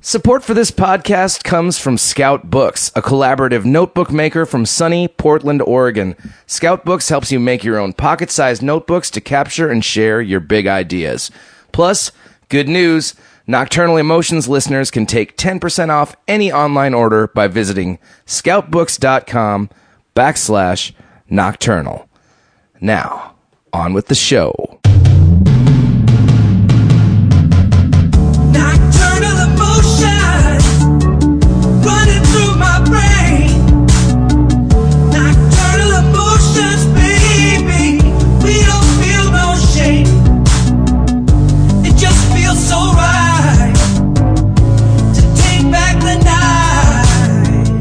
Support for this podcast comes from Scout Books, a collaborative notebook maker from sunny Portland, Oregon. Scout Books helps you make your own pocket sized notebooks to capture and share your big ideas. Plus, good news Nocturnal Emotions listeners can take 10% off any online order by visiting scoutbooks.com backslash nocturnal. Now, on with the show. Nocturnal emotions running through my brain. Nocturnal emotions, baby, we don't feel no shame. It just feels so right to take back the night.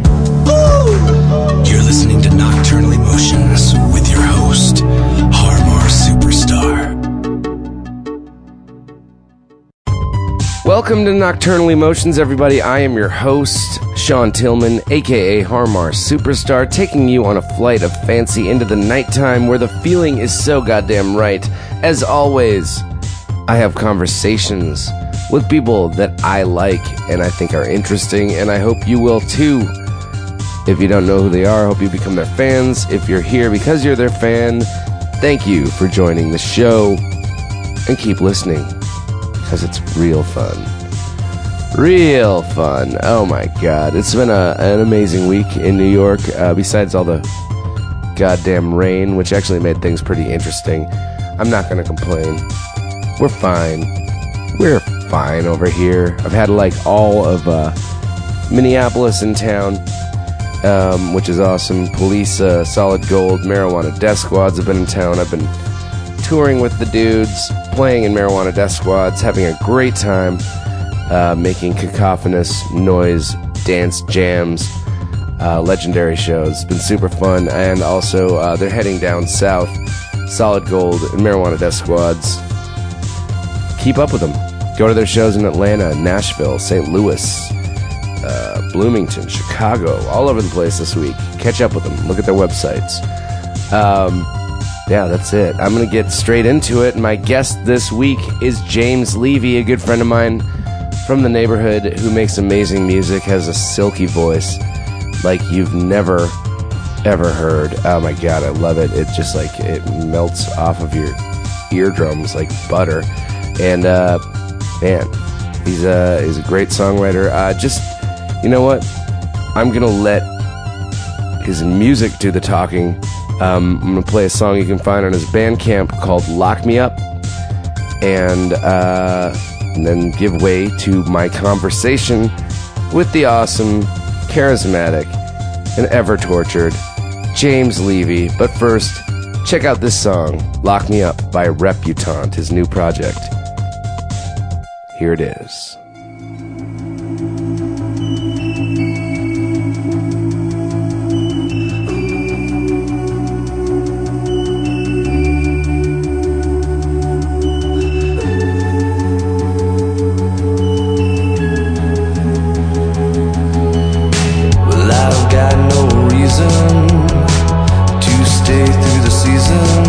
You're listening to Nocturnal Emotions with your host, Harmar Superstar. Welcome to Nocturnal Emotions, everybody. I am your host, Sean Tillman, aka Harmar Superstar, taking you on a flight of fancy into the nighttime where the feeling is so goddamn right. As always, I have conversations with people that I like and I think are interesting, and I hope you will too. If you don't know who they are, I hope you become their fans. If you're here because you're their fan, thank you for joining the show and keep listening because it's real fun. Real fun. Oh my god. It's been a, an amazing week in New York, uh, besides all the goddamn rain, which actually made things pretty interesting. I'm not going to complain. We're fine. We're fine over here. I've had like all of uh, Minneapolis in town, um, which is awesome. Police, uh, solid gold, marijuana death squads have been in town. I've been touring with the dudes, playing in marijuana death squads, having a great time, uh, making cacophonous noise, dance jams, uh, legendary shows. It's been super fun, and also uh, they're heading down south. Solid Gold and Marijuana Death Squads. Keep up with them. Go to their shows in Atlanta, Nashville, St. Louis, uh, Bloomington, Chicago, all over the place this week. Catch up with them. Look at their websites. Yeah, that's it. I'm going to get straight into it. My guest this week is James Levy, a good friend of mine from the neighborhood who makes amazing music, has a silky voice like you've never ever heard. Oh my god, I love it. It just like it melts off of your eardrums like butter. And uh man, he's a he's a great songwriter. Uh just you know what? I'm going to let his music do the talking. Um, I'm gonna play a song you can find on his Bandcamp called "Lock Me Up," and, uh, and then give way to my conversation with the awesome, charismatic, and ever tortured James Levy. But first, check out this song "Lock Me Up" by Reputant, his new project. Here it is. Well, I don't got no reason to stay through the season.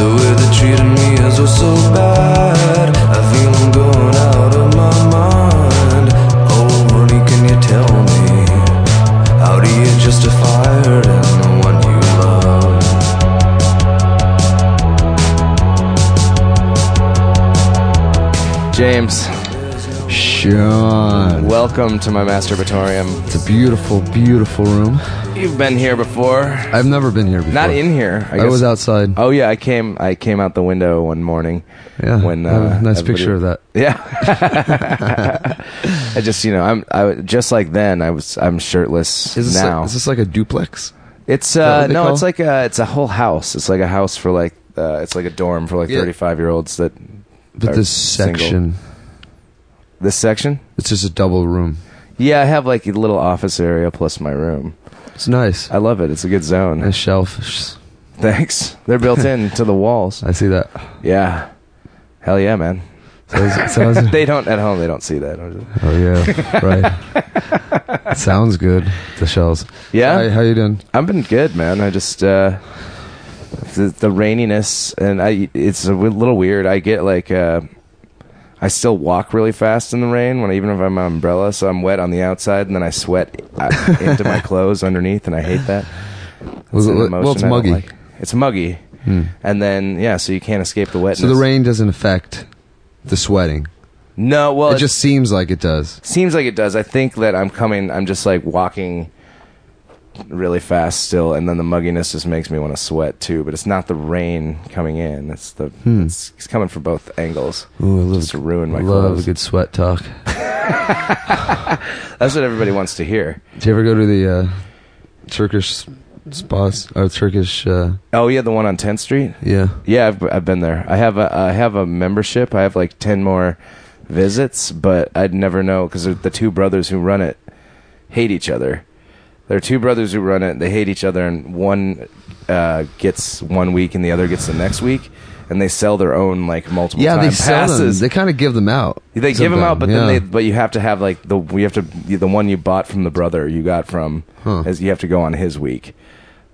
The way they're treating me is oh so bad. I feel I'm going out of my mind. Oh, honey, can you tell me? How do you justify hurting the one you love? James, Sean. welcome to my masturbatorium. It's a beautiful, beautiful room. You've been here before. I've never been here before. Not in here. I, was outside. Oh yeah, I came. I came out the window one morning. yeah. When I have uh, a nice everybody- picture of that. Yeah. I just you know I'm I just like then I was I'm shirtless Is this now. Like, is this like a duplex? it's that uh what they no call- it's like a it's a whole house. It's like a house for like uh, it's like a dorm for like Yeah. 35 year olds that But Or this single. section, this section. it's just a double room. Yeah, I have like a little office area plus my room. It's nice. I love it. It's a good zone. nice shelf. Thanks. They're built in to the walls. I see that. Yeah. Hell yeah, man. Sounds, sounds, They don't at home. They don't see that. oh yeah, right. sounds good. The shells. Yeah? Hi, how you doing? I've been good, man. I just uh, the, the raininess, and I it's a wi- little weird. I get like uh, I still walk really fast in the rain when even if I'm an umbrella, so I'm wet on the outside and then I sweat out into my clothes underneath, and I hate that. Was it, an well, emotion it's I don't muggy. Hmm. like. It's muggy, and then yeah, so you can't escape the wetness. So the rain doesn't affect the sweating. No, well, it just seems like it does. seems like it does. I think that I'm coming. I'm just like walking really fast still, and then the mugginess just makes me want to sweat too. But it's not the rain coming in. It's the it's, it's coming from both angles. Ooh, I love, Just to ruin my love clothes. a good sweat talk. That's what everybody wants to hear. Do you ever go to the uh, Turkish spas or Turkish? Uh, Oh yeah, the one on 10th Street. yeah, Yeah, I've, I've been there. I have a I have a membership. I have like ten more visits, but I'd never know because the two brothers who run it hate each other. There are two brothers who run it. They hate each other, and one uh, gets one week, and the other gets the next week, and they sell their own like multiple yeah. time They sell them. passes. They kind of give them out. They, give them out, but then sometime, they yeah. but you have to have like the you have to the one you bought from the brother you got from Huh. as you have to go on his week.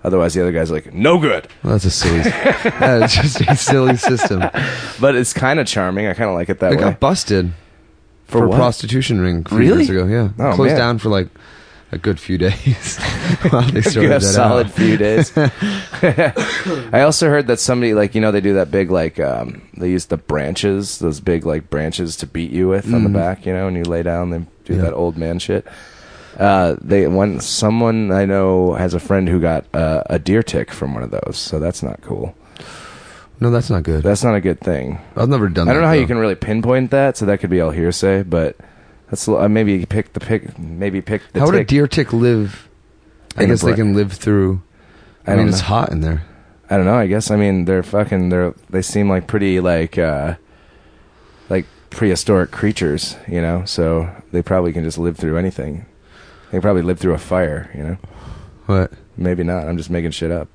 Otherwise, the other guy's like, no good. Well, that's a silly. that is just a silly system. They But it's kind of charming. I kind of like it that way. got busted for, a what? prostitution ring a few Really? years ago. Yeah, Oh, closed man. down for like a good few days. while they you sorted have that solid out. few days. I also heard that somebody like you know they do that big like um, they use the branches those big like branches to beat you with on the back you know and you lay down they do Mm-hmm. Yeah. that old man shit. Uh, they one someone I know has a friend who got uh, a deer tick from one of those, so that's not cool. No, that's not good. That's not a good thing. I've never done. I don't that, know how though. you can really pinpoint that, so that could be all hearsay, but that's a li- uh, maybe you pick the pick, maybe pick the How would a tick. deer tick live? I In a guess they bra- can live through. I I, mean, don't it's know. hot in there. I don't know. I guess I mean they're fucking. They're they seem like pretty like uh like prehistoric creatures, you know. So they probably can just live through anything. They probably live through a fire, you know. What? Maybe not. I'm just making shit up.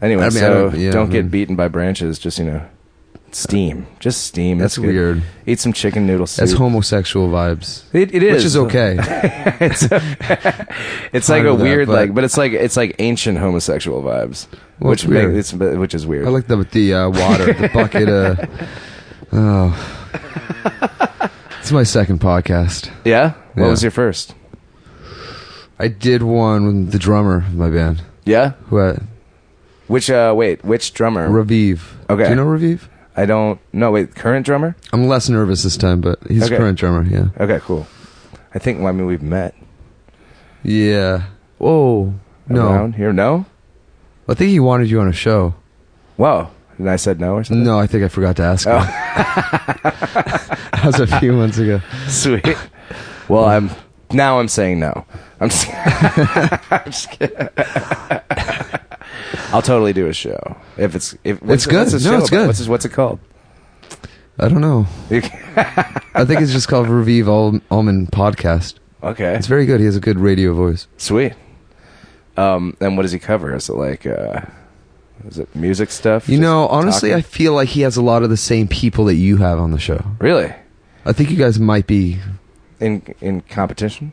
Anyway, I mean, I so don't- yeah, don't I get mean- beaten by branches. Just you know, steam. Just steam. That's good. weird. Eat some chicken noodle soup. That's homosexual vibes. It, it is, Which is okay. it's it's like Tired a of that, weird, but- like, but it's like it's like ancient homosexual vibes, Well, which it's weird. make, it's which is weird. I like the the uh, water, the bucket. Uh, oh, it's oh. my second podcast. Yeah. What Yeah. was your first? I did one with the drummer of my band, Yeah. who uh, Which uh wait, which drummer? Raviv. Okay. do you know Raviv? I don't No, wait, current drummer? I'm less nervous this time, but he's Okay. current drummer. Yeah, Okay, cool. I think well, I mean we've met yeah. Whoa, no, around here. No? I think he wanted you on a show. Wow. And I said no or something. No, I think I forgot to ask. Oh. Him. that was a few months ago. Sweet. Well, I'm now I'm saying no. I'm just, I'm just kidding. I'll totally do a show if it's if what's- good. What's the No, show it's about? good. What's, what's it called? I don't know. You- I think it's just called Raviv Al- Almond Podcast. okay, It's very good. He has a good radio voice. sweet. Um, and what does he cover? Is it like uh, is it music stuff? You Just know, honestly, talking? I feel like he has a lot of the same people that you have on the show. really I think you guys might be. in in competition.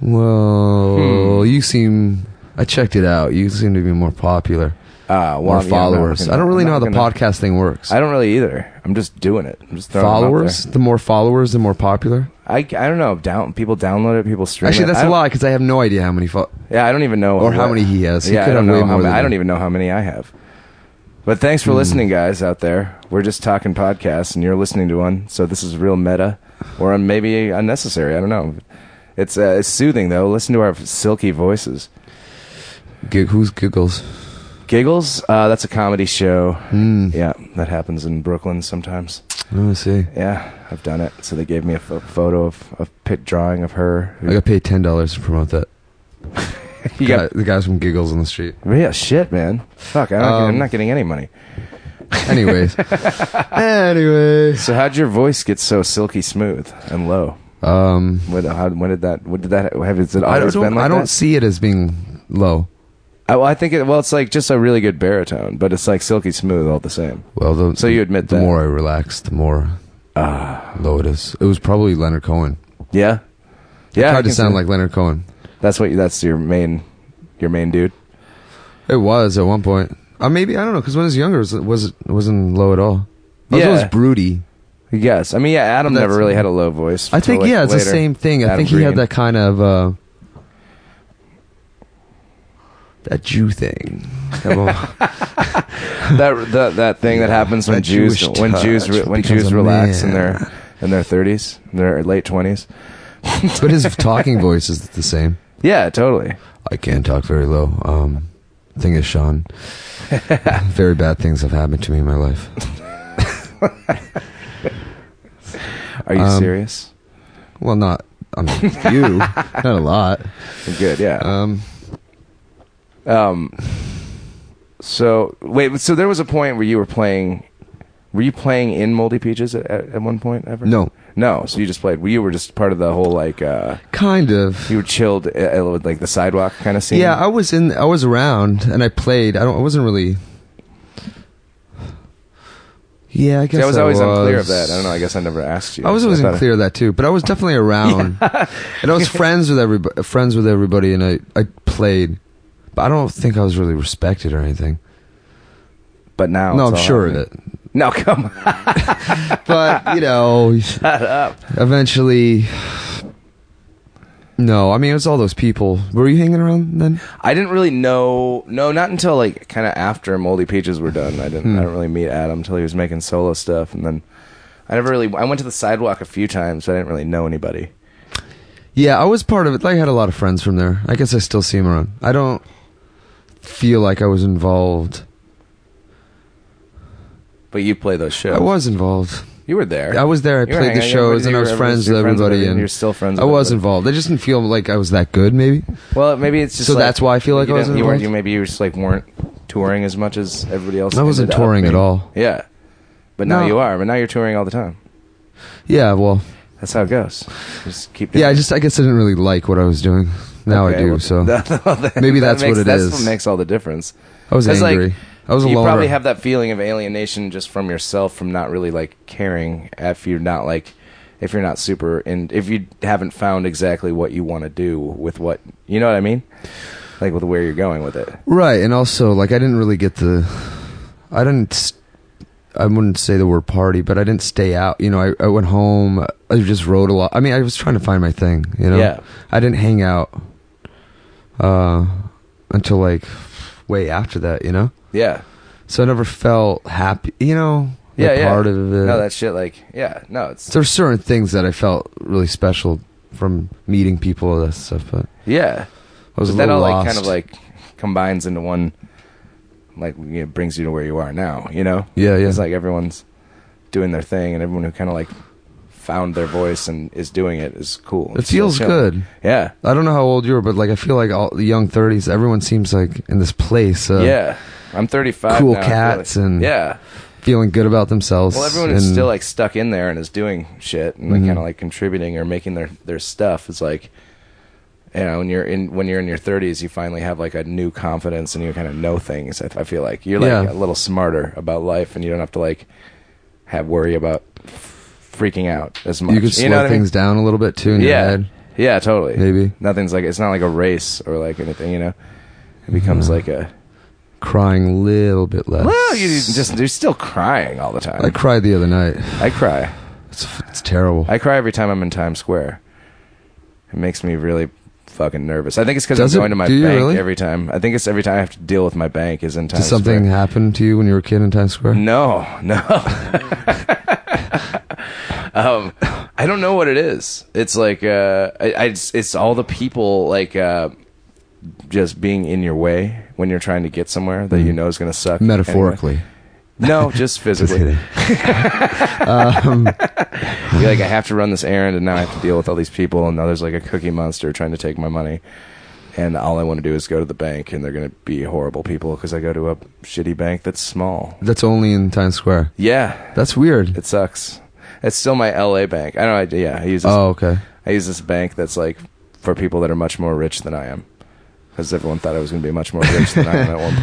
Hmm. Well, you seem. I checked it out. You seem to be more popular, Uh, well, more I'm- yeah, I'm not followers. looking I don't at- really I'm know how not the looking at- podcast thing works. I don't really either. I'm just doing it. I'm just throwing them out followers? The more followers, the more popular. there. I, I don't know. Down people download it. People stream. Actually, it. that's I a don't- lie because I have no idea how many. Fo- Yeah, I don't even know Or how many he has. He yeah, could I don't have way know. How, more ma- than Hmm. I don't that. even know how many I have. But thanks for listening, guys out there. We're just talking podcasts, and you're listening to one. So this is real meta, or maybe unnecessary. I don't know. It's uh, it's soothing though. Listen to our silky voices. Gig- who's giggles? Giggles. Uh, that's a comedy show. Yeah, that happens in Brooklyn sometimes. Let me see. Yeah, I've done it. So they gave me a pho- photo of a pit drawing of her. I got paid ten dollars to promote that. You Guy- got the guys from Giggles on the street. real shit, man. Fuck, I don't, Um, I'm not getting any money. Anyways, anyways. So how'd your voice get so silky smooth and low? Um, What, how, when did that? What did that have? Has it I always don't. been like I don't that? see it as being low. I, well, I think it. Well, it's like just a really good baritone, but it's like silky smooth all the same. Well, the, So you admit the that. Ah. more I relax, the more low it is. It was probably Leonard Cohen. Yeah, yeah. I I tried to can sound see- like Leonard Cohen. that's what. you- That's your main, your main dude. It was at one point. Uh, maybe I don't know because when I was younger, it was it wasn't low at all. I was Yeah. always broody. I guess. I mean, yeah, Adam That's- never really had a low voice. I until, think like, yeah, it's later. the same thing. I Adam think he Green. had that kind of uh, that Jew thing. that that, that thing that happens when that Jews Jewish when Jews touch re- when becomes Jews a relax in man. their in their thirties, their late twenties. but his talking voice is the same. Yeah, totally. I can't talk very low. Um, thing is, Sean, very bad things have happened to me in my life. Are you Um, serious? Well, not I mean you, not a lot. Good. Yeah. Um, Um. So wait. So there was a point where you were playing. Were you playing in Moldy Peaches at, at, at one point ever? No. No. So you just played. You were just part of the whole like. uh kind of. You were chilled uh, with like the sidewalk kind of scene. Yeah, I was in. I was around, and I played. I don't. I wasn't really. Yeah, I See, guess I was always was. unclear of that. I don't know. I guess I never asked you. I was So always thought- unclear of that too, but I was definitely around, and I was friends with everybody. Friends with everybody, and I I played, but I don't think I was really respected or anything. But now, no, Oh, it's I'm all sure happening. of it. No, come on. But you know, Eventually, no. I mean, it was all those people. Were you hanging around then? I didn't really know. No, not until like kind of after Moldy Peaches were done. I Hmm. didn't. I didn't really meet Adam until he was making solo stuff, and then I never really. I went to the sidewalk a few times, but I didn't really know anybody. Yeah, I was part of it. I had a lot of friends from there. I guess I still see them around. I don't feel like I was involved. But you play those shows. I was involved. You were there. I was there. I You were played the hanging out. shows, You and were- I was you were friends with everybody. And you're still friends. I with was everybody. involved. I just didn't feel like I was that good. Maybe. Well, maybe it's just. So like, that's why I feel like you I was didn't- You weren't. involved? You maybe you just like weren't touring as much as everybody else. I wasn't ended up touring at being. all. Yeah, but now No. you are. But now you're touring all the time. Yeah. Well. That's how it goes. Just keep. doing Yeah. I it. just. I guess I didn't really like what I was doing. Now I Okay, do. well, so that- that- Maybe that that's what makes, it that's is. what makes all the difference. I was 'Cause, like, angry. I was a you loner. probably have that feeling of alienation just from yourself from not really like caring if you're not like if you're not super and if you haven't found exactly what you want to do with what you know what I mean, like with where you're going with it. Right, and also like I didn't really get the, I didn't, s- I wouldn't say the word party, but I didn't stay out. You know, I, I went home. I just rode a lot. I mean, I was trying to find my thing. You know, Yeah. I didn't hang out, uh, until like way after that. You know, Yeah, so I never felt happy. You know, like, yeah, yeah. part of it. No, that shit. Like, yeah, no, it's There's certain things that I felt really special from meeting people and that stuff, but yeah. I was But a that little all like lost. kind of like combines into one, like you know, brings you to where you are now. You know. yeah, yeah. It's like everyone's doing their thing, and everyone who kind of like found their voice and is doing it is cool. it It's still feels chill. good. Yeah. I don't know how old you are, but like I feel like all the young thirties, everyone seems like in this place, uh, yeah. I'm 35. cool now, I feel cats like- and- yeah. feeling good about themselves. Well, everyone who's and- Mm-hmm. still like stuck in there and is doing shit and like, kind of like contributing or making their their stuff is like. You know, when you're in when you're in your 30s, you finally have like a new confidence, and you kind of know things. I, I feel like you're like Yeah. a little smarter about life, and you don't have to like have worry about freaking out as much. you could slow know what I mean? things down a little bit too in yeah. your head. Yeah, totally. Maybe. Nothing's like it's not like a race or like anything, you know. It becomes like a Crying a little bit less. well, you just you're still crying all the time. I cried the other night. I cry. It's, it's terrible. I cry every time I'm in Times Square. It makes me really fucking nervous. I think it's because I'm Does it? going to my Do you bank really? every time. I think it's every time I have to deal with my bank is in Times Did something Square. happen to you when you were a kid in Times Square? No, no. um, I don't know what it is. It's like uh, I, I just- it's all the people like uh, just being in your way when you're trying to get somewhere that you know is going to suck. Mm-hmm. Metaphorically. Anyway. No, just Just physically. kidding. Um, You're like I have to run this errand, and now I have to deal with all these people, and now there's like a cookie monster trying to take my money. And all I want to do is go to the bank, and they're going to be horrible people because I go to a shitty bank that's small. That's only in Times Square. Yeah, That's weird. It sucks. It's still my LA bank. I don't. I, yeah, I use. This, oh, okay. I use this bank that's like for people that are much more rich than I am, because everyone thought I was going to be much more rich than I am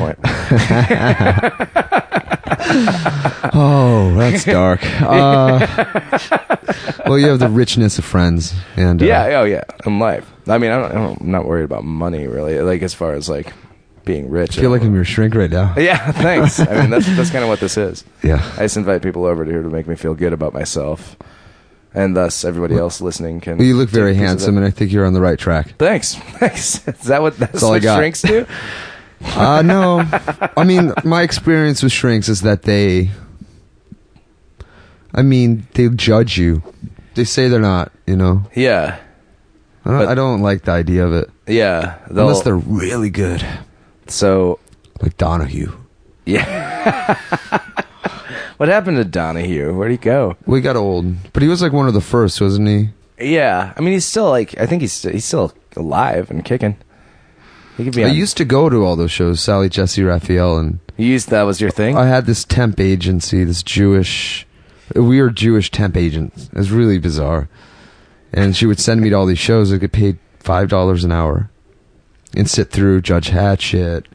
at one point. Uh, Oh, that's dark. Uh, well, you have the richness of friends, and uh, Yeah. Oh yeah. In life. I mean, I don't, I don't. I'm not worried about money really. Like as far as like being rich. I feel like I'm your shrink right now. yeah, thanks. I mean, that's that's kind of what this is. Yeah. I just invite people over to here to make me feel good about myself, and thus everybody else listening can. Well, you look take a very piece of handsome, that. and I think you're on the right track. Thanks, thanks. Is that what that's, all I what got. shrinks do? Uh, no, I mean my experience with shrinks is that they, I mean, they judge you. They say they're not, you know. Yeah, I don't, But- I don't like the idea of it yeah. they'll- unless they're really good, so like Donahue. yeah. what happened to Donahue? Where'd he go? We got old, but he was like one of the first, wasn't he? Yeah, I mean, he's still like I think he's he's still alive and kicking. He could be. I on- used to go to all those shows, Sally, Jesse, Raphael, and you used that was your thing. I had this temp agency, this Jewish, a weird Jewish temp agent. It was really bizarre. And she would send me to all these shows. I get paid five dollars an hour, and sit through Judge Hatchet.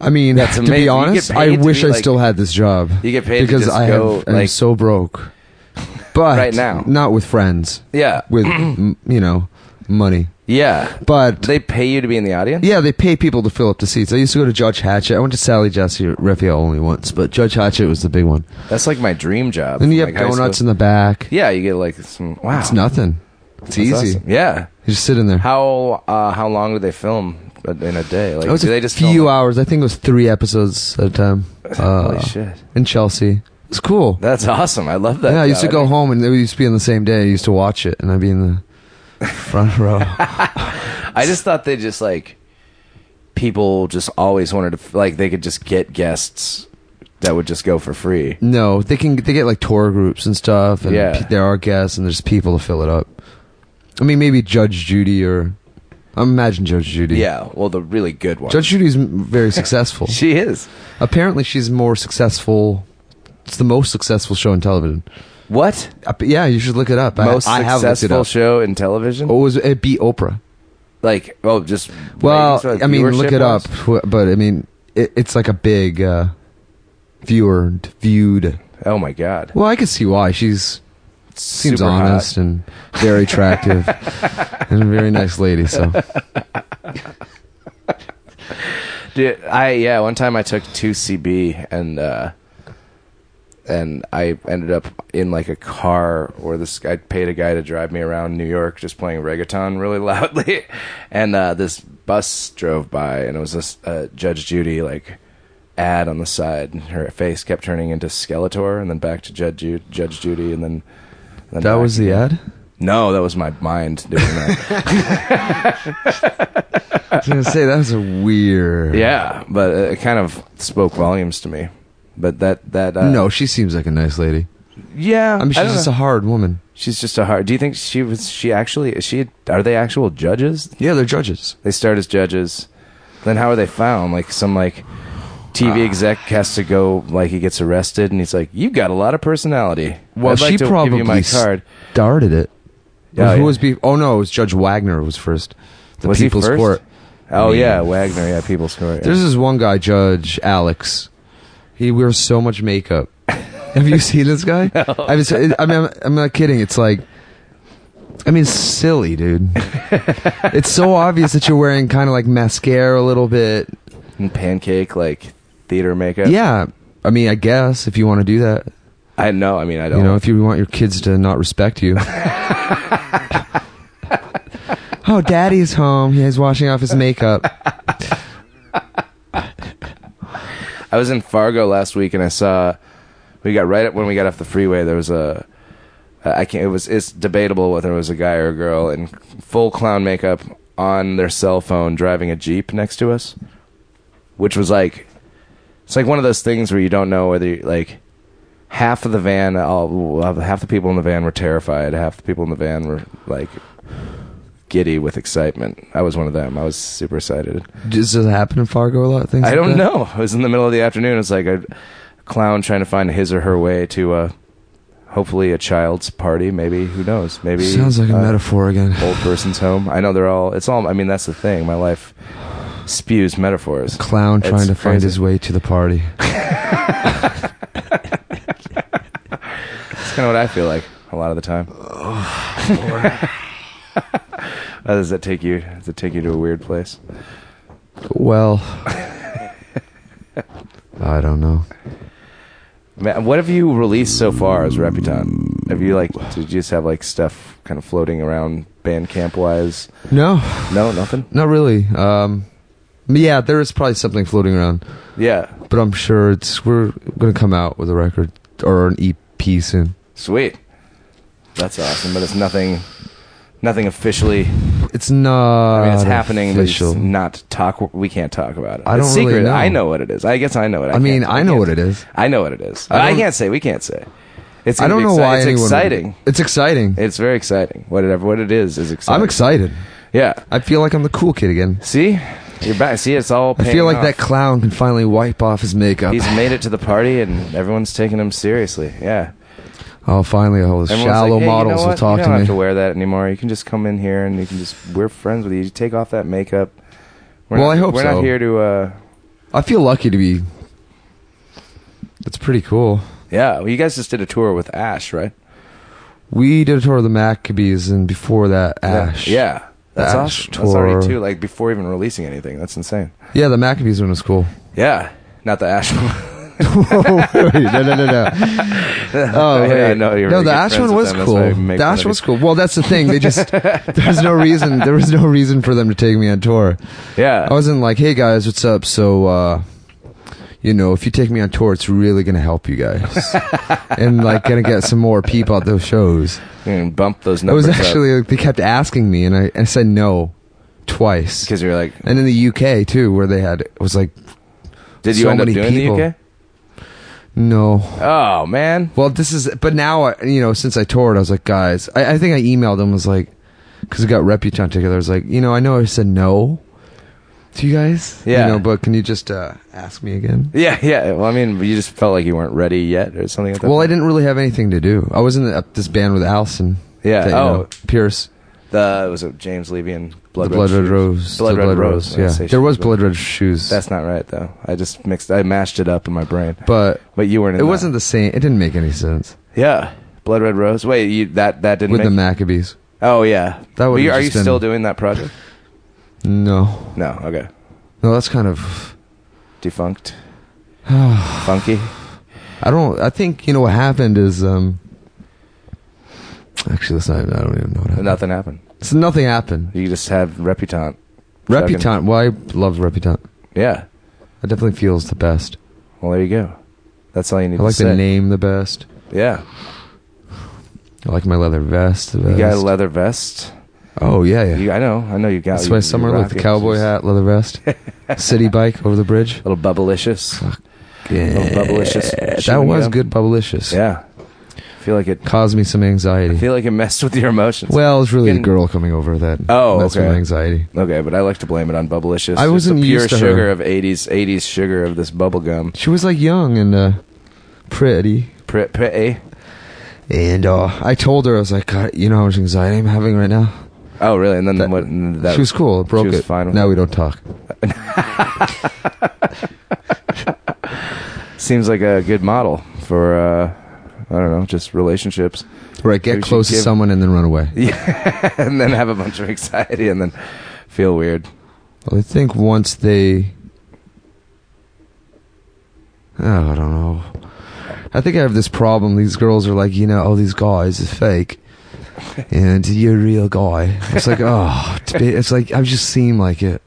I mean, That's to amazing. be You honest, get I paid to wish be, I like- still had this job. You get paid to because just I go, have, I'm like- so broke. But Right now. not with friends, yeah, with m- you know, money. yeah. But Do they pay you to be in the audience? yeah, they pay people to fill up the seats. I used to go to Judge Hatchet. I went to Sally Jesse Raphael only once, but Judge Hatchet was the big one. That's like my dream job. Then you from, have like, high donuts school. in the back. yeah, you get like some. Wow, It's nothing. It's That's easy. awesome. Yeah. You just sit in there. How uh, how long do they film in a day? Like it was do a they just Oh, few film? hours. I think it was three episodes at a time. Holy Uh, shit, In Chelsea, it's cool. that's awesome! I love that. yeah, I used to job. go home, and they used to be on the same day. I used to watch it, and I'd be in the front row. I just thought they just like people just always wanted to f- like they could just get guests that would just go for free. No, they can they get like tour groups and stuff, and Yeah. pe- there are guests, and there's people to fill it up. I mean, maybe Judge Judy or I imagine Judge Judy. Yeah, well, the really good one. Judge Judy's m- very successful. she is Apparently, she's more successful. It's the most successful show in television. what Uh, but yeah, you should look it up. I- most I, have looked it successful up. Oh. show in television. It was it beat Oprah? Like oh, just Well, ratings or I mean, viewership look it up. wise? wh- But I mean, it, it's like a big uh, viewer viewed. Oh my god, Well, I could see why she's seems Super hot. honest and very attractive and a very nice lady. So Dude, I yeah, one time I took two CB and uh and I ended up in like a car where this guy paid a guy to drive me around New York just playing reggaeton really loudly and uh this bus drove by and it was this uh, Judge Judy like ad on the side and her face kept turning into Skeletor and then back to Judge Ju- Judge Judy and then, then that back was the again. ad. No, that was my mind doing that. I was gonna say that was a weird. Yeah, but it kind of spoke volumes to me. But that that uh, No, she seems like a nice lady. yeah, I mean, she's don't just know. a hard woman. she's just a hard. Do you think she was? She actually is she? Are they actual judges? Yeah, they're judges. They start as judges, then how are they found? Like some like Uh. TV exec has to go like he gets arrested and he's like, "You've got a lot of personality." Well, I'd like she to probably give you my s- card. Started it. Yeah, who yeah. was be? Oh no, it was Judge Wagner was first. The Was he People's first? Court. Oh yeah, Wagner. Yeah, People's Court. Yeah. There's this one guy, Judge Alex. He wears so much makeup. Have you seen this guy? I was, I mean, I'm, I'm not kidding. It's like, I mean, it's silly, dude. it's so obvious that you're wearing kind of like mascara a little bit. And pancake like theater makeup. Yeah. I mean, I guess if you want to do that, I know. I mean, I don't. you know, if you want your kids to not respect you. oh, daddy's home. He's washing off his makeup. I was in Fargo last week and I saw we got right up when we got off the freeway. There was a I can't. It was it's debatable whether it was a guy or a girl in full clown makeup on their cell phone driving a jeep next to us, which was like it's like one of those things where you don't know whether you, like half of the van all half the people in the van were terrified half the people in the van were like giddy with excitement i was one of them i was super excited Does does it happen in Fargo a lot? Things I like don't that? know. It was in the middle of the afternoon. It's like a clown trying to find his or her way to, uh, hopefully, a child's party. Maybe who knows? Maybe Sounds like a uh, metaphor again. Old person's home. I know they're all. It's all. I mean, that's the thing. My life spews metaphors. clown It's trying to find crazy. his way to the party. That's kind of what I feel like a lot of the time. Oh, does that take you? Does it take you to a weird place? Well, I don't know. Man, what have you released so far as Reputon? Have you like did you just have like stuff kind of floating around Bandcamp wise? No, No, nothing. not really. Um, yeah, there is probably something floating around, Yeah, but I'm sure it's we're gonna come out with a record or an EP soon. sweet. That's awesome, but it's nothing, nothing officially. It's not. I mean, it's happening, Official. but it's not talk. We can't talk about it. I it's don't really secret. know. I know what it is. I guess I know it. I mean, can't- I know can't what say. it is. I know what it is. I I, don't- can't say. We can't say. It's. I gonna don't be know exci- why It's anyone would- exciting. It's exciting. It's very exciting. Whatever what it is is exciting. I'm excited. Yeah. I feel like I'm the cool kid again. See, you're back. See, it's all. I paying feel like off. that clown can finally wipe off his makeup. He's made it to the party, and everyone's taking him seriously. Yeah. oh, finally, all those Everyone's shallow like, "Hey, you know models what? will talk you don't to have me. to wear that anymore. You can just come in here and you can just we're friends with you. You take off that makeup. We're Well, not, I hope we're so. not here to. uh I feel lucky to be. That's pretty cool. Yeah, well, you guys just did a tour with Ash, right? We did a tour of the Maccabees, and before that, Ash. Yeah, that's Ash awesome. That's already tour. two, like before even releasing anything. That's insane. yeah. The Maccabees one was cool. Yeah, not the Ash one. oh, wait, no, no, no, no. Oh, I- I wait. know you're no, really the good Ash friends with one was them, that's cool. why we make The fun Ash of was you. cool. Well, that's the thing. They just there's no reason. There was no reason for them to take me on tour. Yeah, I wasn't like, hey guys, what's up? So, uh, you know, if you take me on tour, it's really gonna help you guys, and like gonna get some more people at those shows. and bump those it numbers. was actually like, they kept asking me, and I, I said no twice. because you're like, And in the UK too, where they had it was like did you so end up many doing people. the UK? no. Oh man, Well, this is, but now I, you know, since I toured, I was like, guys, I, I think I emailed them was like, because we got Reputation together. I was like, you know, I know I said no to you guys, Yeah. you know, but can you just uh, ask me again? yeah, yeah. Well, I mean, you just felt like you weren't ready yet, or something. Like that. Well, I didn't really have anything to do. I was in the, uh, this band with Allison. Yeah, that, you oh. know, Pierce. the was it James Levy and Blood, the Blood Red Shoes? Rose. Blood the Red Rose. I say Yeah, there was shoes, Blood Red Shoes. That's not right though. I just mixed. I mashed it up in my brain. but But you weren't. In it that. wasn't the same. It didn't make any sense Yeah, Blood Red Rose. Wait, you that that didn't with make. the Maccabees. oh yeah, That But would've you- Are you just been- still doing that project? No, No. Okay. no, that's kind of. Defunct. Funky. I don't. I think you know what happened is. um Actually, that's not. I don't even know what happened. Nothing happened. So nothing happened. You just have Reputant. Chugging. Reputant. Well, I love Reputant. Yeah. I definitely feels the best. Well, there you go. That's all you need I like to say. the name the best. Yeah. I like my leather vest the best. You got a leather vest. oh yeah, yeah. You, I know. I know you got. That's you, why you summer rock look, the it. cowboy Just hat, leather vest, city bike over the bridge. a Little bubblicious. Yeah, bubblicious That chewing was gum. good bubblicious. Yeah. I feel like it. Caused me some anxiety. I feel like it messed with your emotions. well, it's really the Didn't- girl coming over that. Oh, that's okay. my anxiety. Okay, but I like to blame it on Bubblicious. I It's wasn't the pure used to her. sugar of '80s '80s sugar of this bubblegum. She was like young and uh, pretty. Pretty. Pr- And uh, I told her, I was like, God, you know how much anxiety I'm having right now? oh, really? And then That- what? and That, she was cool. It broke she was it. fine with now it. we don't talk. Seems like a good model for uh, I don't know, just relationships, Right, get We should close to give- someone and then run away. and then have a bunch of anxiety and then feel weird. Well, I think once they. Oh, I don't know. I think I have this problem. These girls are like, you know, oh, these guys are fake, and you're a real guy. It's like, oh, to be- it's like I just seem like it.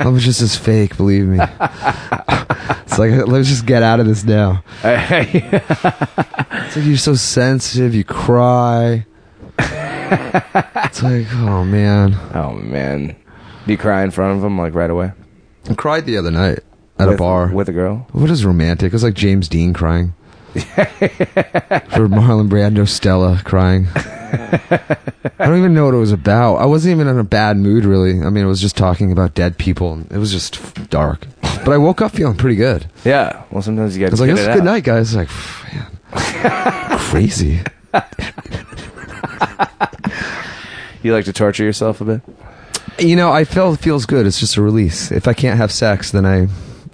I'm just as fake, believe me. It's like let's just get out of this now. Oh, It's like you're so sensitive. You cry. It's like, oh man, oh man, do you cry in front of them like right away I cried the other night at a With- bar with a girl? What is romantic? It was like James Dean crying. For Marlon Brando, Stella crying. I don't even know what it was about. I wasn't even in a bad mood, really. I mean, it was just talking about dead people. And it was just f- dark. But I woke up feeling pretty good. I Yeah. Well, sometimes you got was to like, get "This is it a good out. night, guys." Like, pff, man, crazy. You like to torture yourself a bit. You know, I feel feels good. It's just a release. If I can't have sex, then I,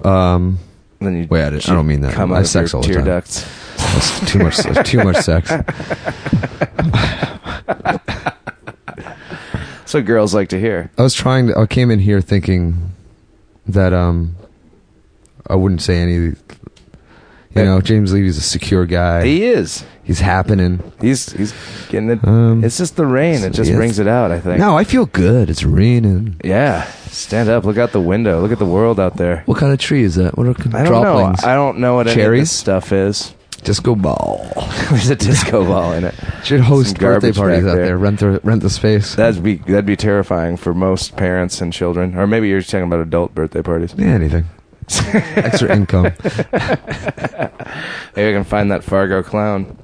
um, And then you Wait, I didn't- I don't mean that. Come I out of sex your all the tear time. ducts. that's too much. too much sex. That's what girls like to hear. I was trying to. I came in here thinking that um, I wouldn't say any. You Yeah. know, James Levy's a secure guy. He is. He's happening. He's he's getting it. Um, it's just the rain. It just yes. brings it out. I think. No, I feel good. It's raining. Yeah. Stand up. Look out the window. Look at the world out there. What kind of tree is that? What are I don't droplings? know. I don't know what any of Cherries? this stuff is. Disco ball. There's a disco ball in it. Should host Some birthday garbage parties back out there. there. Rent the rent the space. That'd be that'd be terrifying for most parents and children, or maybe you're talking about adult birthday parties. yeah, anything. Extra income. Maybe I can find that Fargo clown,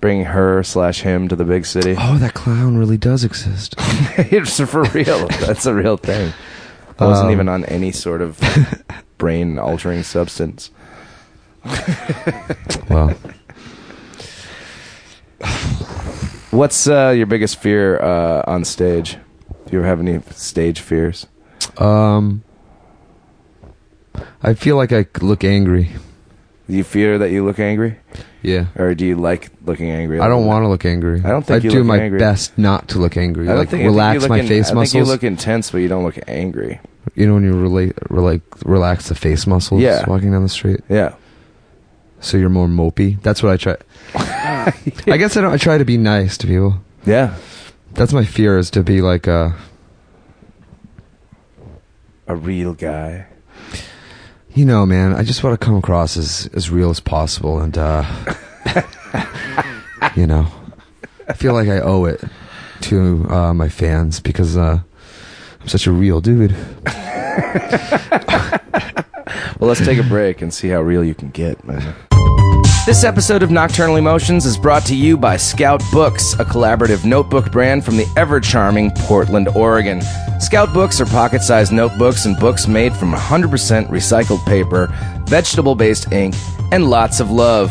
bring her slash him to the big city. Oh, that clown really does exist. it's for real. That's a real thing. I wasn't Um, even on any sort of brain altering substance. Well, What's uh, your biggest fear uh, on stage? Do you ever have any stage fears? um, I feel like I look angry. Do you fear that you look angry, Yeah, or do you like looking angry? I don't want to look angry. I don't think I you do look my angry. best not to look angry. I don't like think, I think relax you look my in- face I muscles. think you look intense, but you don't look angry. you know when you relate, like relax the face muscles. Yeah. walking down the street, Yeah. so you're more mopey. That's what I try. I guess I don't. I try to be nice to people. Yeah. That's my fear is to be like uh A real guy. you know, man, I just want to come across as as real as possible and uh you know, I feel like I owe it to uh my fans because uh I'm such a real dude. Well, let's take a break and see how real you can get, man. This episode of Nocturnal Emotions is brought to you by Scout Books, a collaborative notebook brand from the ever charming Portland, Oregon. Scout Books are pocket sized notebooks and books made from 100% recycled paper, vegetable based ink, and lots of love.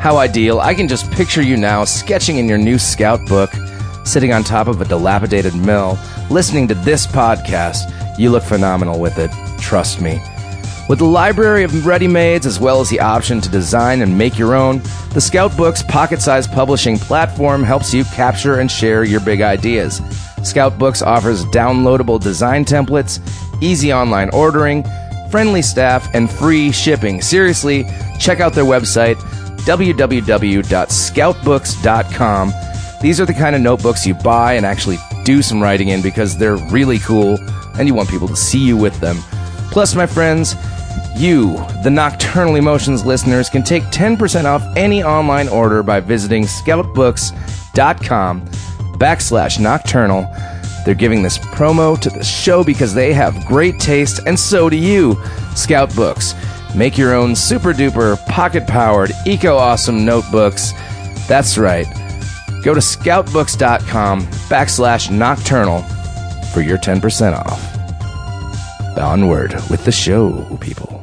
How ideal! I can just picture you now sketching in your new Scout book sitting on top of a dilapidated mill, listening to this podcast, you look phenomenal with it. Trust me. With a library of ready mades as well as the option to design and make your own, the Scout Books pocket sized publishing platform helps you capture and share your big ideas. Scout Books offers downloadable design templates, easy online ordering, friendly staff, and free shipping. Seriously, check out their website www.scoutbooks.com these are the kind of notebooks you buy and actually do some writing in because they're really cool and you want people to see you with them. Plus, my friends, you, the Nocturnal Emotions listeners, can take 10% off any online order by visiting scoutbooks.com backslash nocturnal. They're giving this promo to the show because they have great taste, and so do you, Scout Books. Make your own super duper, pocket powered, eco awesome notebooks. That's right go to scoutbooks.com backslash nocturnal for your 10% off onward with the show people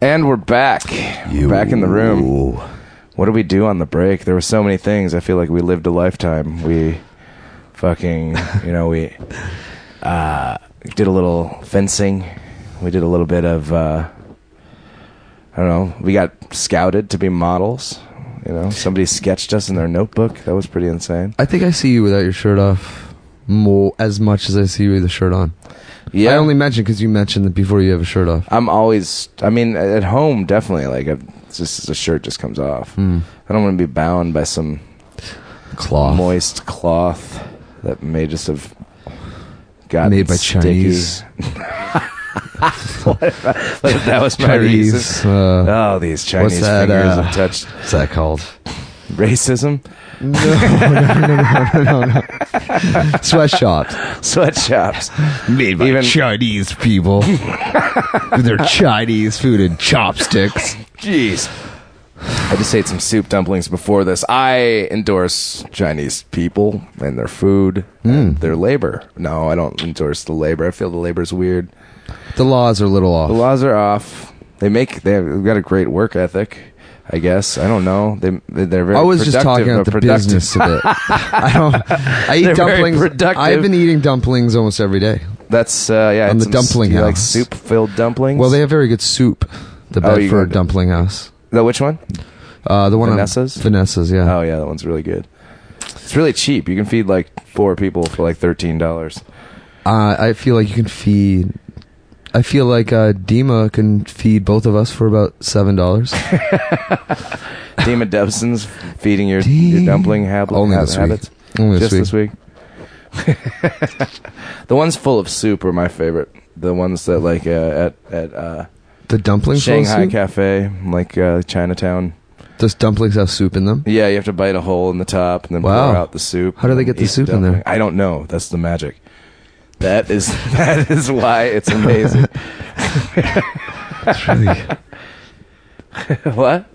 and we're back back in the room what did we do on the break there were so many things i feel like we lived a lifetime we fucking you know we uh, did a little fencing we did a little bit of uh, I don't know. We got scouted to be models. You know, somebody sketched us in their notebook. That was pretty insane. I think I see you without your shirt off more as much as I see you with the shirt on. I only mentioned because you mentioned that before you have a shirt off. I'm always. I mean, at home, definitely. Like, i it's just a shirt just comes off. Hmm. I don't want to be bound by some Cloth moist cloth that may just have gotten made by sticky. Chinese. that was my reason. Chinese. Uh, Oh, these Chinese that, fingers uh, have touched what's that called? racism. Sweatshops. Sweatshops. made by Even- Chinese people with their Chinese food and chopsticks. Jeez. I just ate some soup dumplings before this. I endorse Chinese people and their food, and Hmm. their labor. No, I don't endorse the labor. I feel the labor is weird. The laws are a little off. The laws are off. They make they've got a great work ethic. I guess I don't know. They they're very. I was just productive, talking but about the productive. business of it. I don't. I eat They're very dumplings. productive. I've been eating dumplings almost every day. That's uh, yeah. On it's the some- dumpling do you like house. soup filled dumplings. Well, they have very good soup. The Oh, you Bedford got- Dumpling House. no, which one? Uh, the one Vanessa's? On, Vanessa's, yeah. Oh yeah, that one's really good. It's really cheap. You can feed like four people for like thirteen dollars. Uh, I feel like you can feed I feel like uh, Dima can feed both of us for about seven dollars. Dima Debson's feeding your, your Dee- dumpling hab- Only hab- this week. habits. Just this week. the ones full of soup are my favorite. The ones that like uh, at at uh, The dumplings. full of Shanghai soup? Cafe, like uh, Chinatown. Does dumplings have soup in them? Yeah, you have to bite a hole in the top and then Wow. pour out the soup. How do they get the Eat soup in dumpling. there? I don't know. That's the magic. That is that is why it's amazing. It's really- what?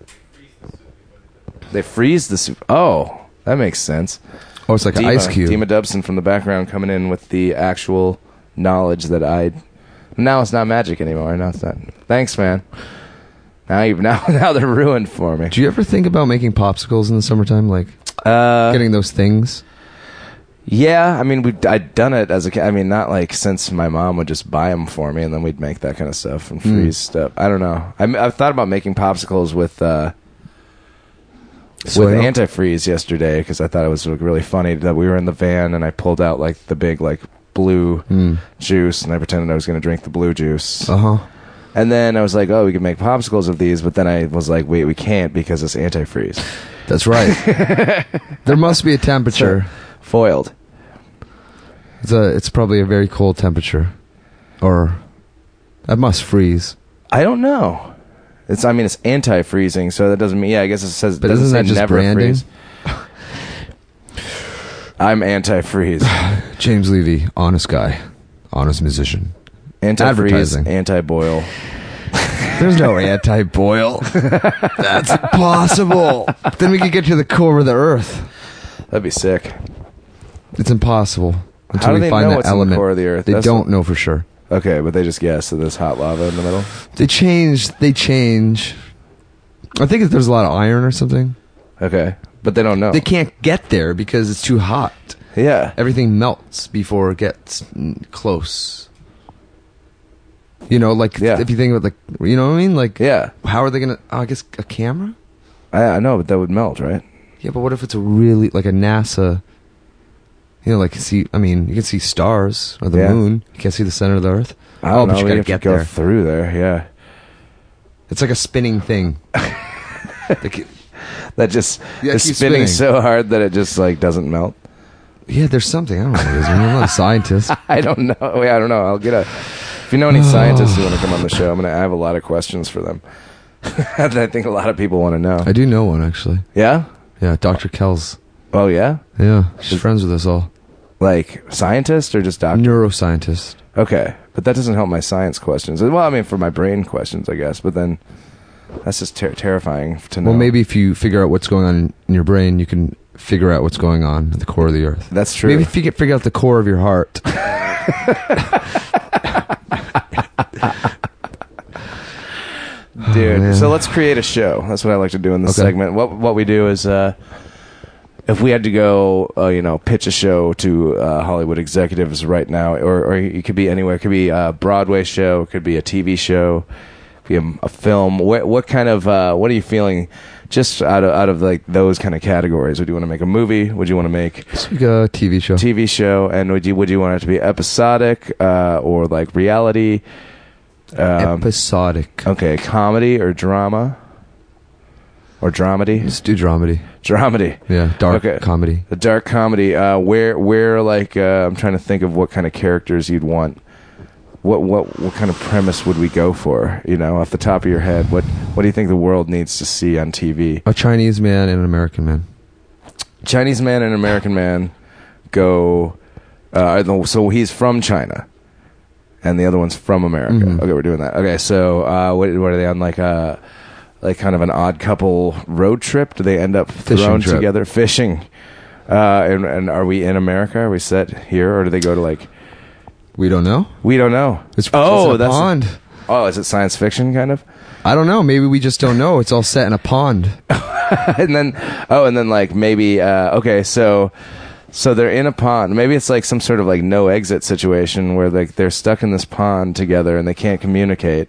They freeze the soup. Oh, that makes sense. oh, it's like an Dima, ice cube. Dima Dubson from the background coming in with the actual knowledge that I. Now it's not magic anymore. Now it's not. Thanks, man. Now you now now they're ruined for me. Do you ever think about making popsicles in the summertime? Like Uh, getting those things? yeah, I mean we I'd done it as a kid. I mean not like since my mom would just buy them for me and then we'd make that kind of stuff and Hmm. freeze stuff. I don't know. I I've thought about making popsicles with. uh with Soil? antifreeze yesterday because I thought it was really funny that we were in the van and I pulled out like the big like blue Hmm. juice and I pretended I was going to drink the blue juice. Uh huh. And then I was like, oh, we could make popsicles of these, but then I was like, wait, we can't because it's antifreeze That's right. there must be a temperature. foiled. It's a, it's probably a very cold temperature, or it must freeze. I don't know. It's I mean it's anti-freezing, so that doesn't mean yeah. I guess it says But doesn't isn't say that just never branding? freeze. I'm anti-freeze, James Levy, honest guy, honest musician. anti-freeze, Advertising. anti-boil. There's no anti-boil. That's impossible. then we could get to the core of the earth. That'd be sick. It's impossible until do we they find know that what's in the element. core of the earth? They That's- don't know for sure. Okay, but they just guessed that there's hot lava in the middle. They change. They change. I think if there's a lot of iron or something, Okay, but they don't know. they can't get there because it's too hot. yeah, everything melts before it gets mm, close. You know, like Yeah. if you think about like, you know what I mean? Like, yeah. how are they gonna? oh, I guess a camera. I, I know, but that would melt, right? Yeah, but what if it's a really like a NASA? You know, like see, I mean, you can see stars or the Yeah. moon. You can't see the center of the Earth. I don't oh, know. but you we gotta have get to go there. through there. Yeah. It's like a spinning thing. Like, That just Yeah, is keep spinning, spinning. so hard that it just like doesn't melt. yeah, there's something. I don't know what it is. man. I'm not a scientist. I don't know. Wait, I don't know. I'll get a. If you know any scientists who want to come on the show, I'm gonna. I have a lot of questions for them. that I think a lot of people want to know. I do know one actually. Yeah. Yeah, Dr. Kells. Oh yeah. Yeah, she's friends with us all. Like scientist or just doctor? Neuroscientist. Okay, but that doesn't help my science questions. Well, I mean, for my brain questions, I guess. But then, that's just ter- terrifying to know. Well, maybe if you figure out what's going on in your brain, you can figure out what's going on at the core of the earth. that's true. Maybe if you can figure out the core of your heart. dude. Oh, man. so let's create a show. That's what I like to do in this Okay. segment. What what we do is, uh, if we had to go, uh, you know, pitch a show to uh, Hollywood executives right now, or or it could be anywhere. It could be a Broadway show. It could be a TV show. it could Be a, a film. What what kind of uh, what are you feeling? Just out of out of like those kind of categories. Would you want to make a movie? Would you want to make It's like a TV show. TV show, and would you would you want it to be episodic uh, or like reality? Um, Episodic. okay, comedy or drama, or dramedy, Let's do dramedy. dramedy, Mm. Yeah, dark Okay. comedy. a dark comedy. Uh, where where like uh, I'm trying to think of what kind of characters you'd want. What what what kind of premise would we go for? You know, off the top of your head, what what do you think the world needs to see on TV? A Chinese man and an American man. Chinese man and American man go. Uh, so he's from China, and the other one's from America. Mhm. Okay, we're doing that. Okay, so uh, what, what are they on? Like a like kind of an odd couple road trip? Do they end up Fishing thrown trip. together fishing? Uh, and, and are we in America? Are we set here, or do they go to like? We don't know. We don't know. It's, oh, it's in a that's pond. oh, is it science fiction kind of? I don't know. Maybe we just don't know. It's all set in a pond. and then oh and then like maybe uh okay so so they're in a pond maybe it's like some sort of like no exit situation where like they're stuck in this pond together and they can't communicate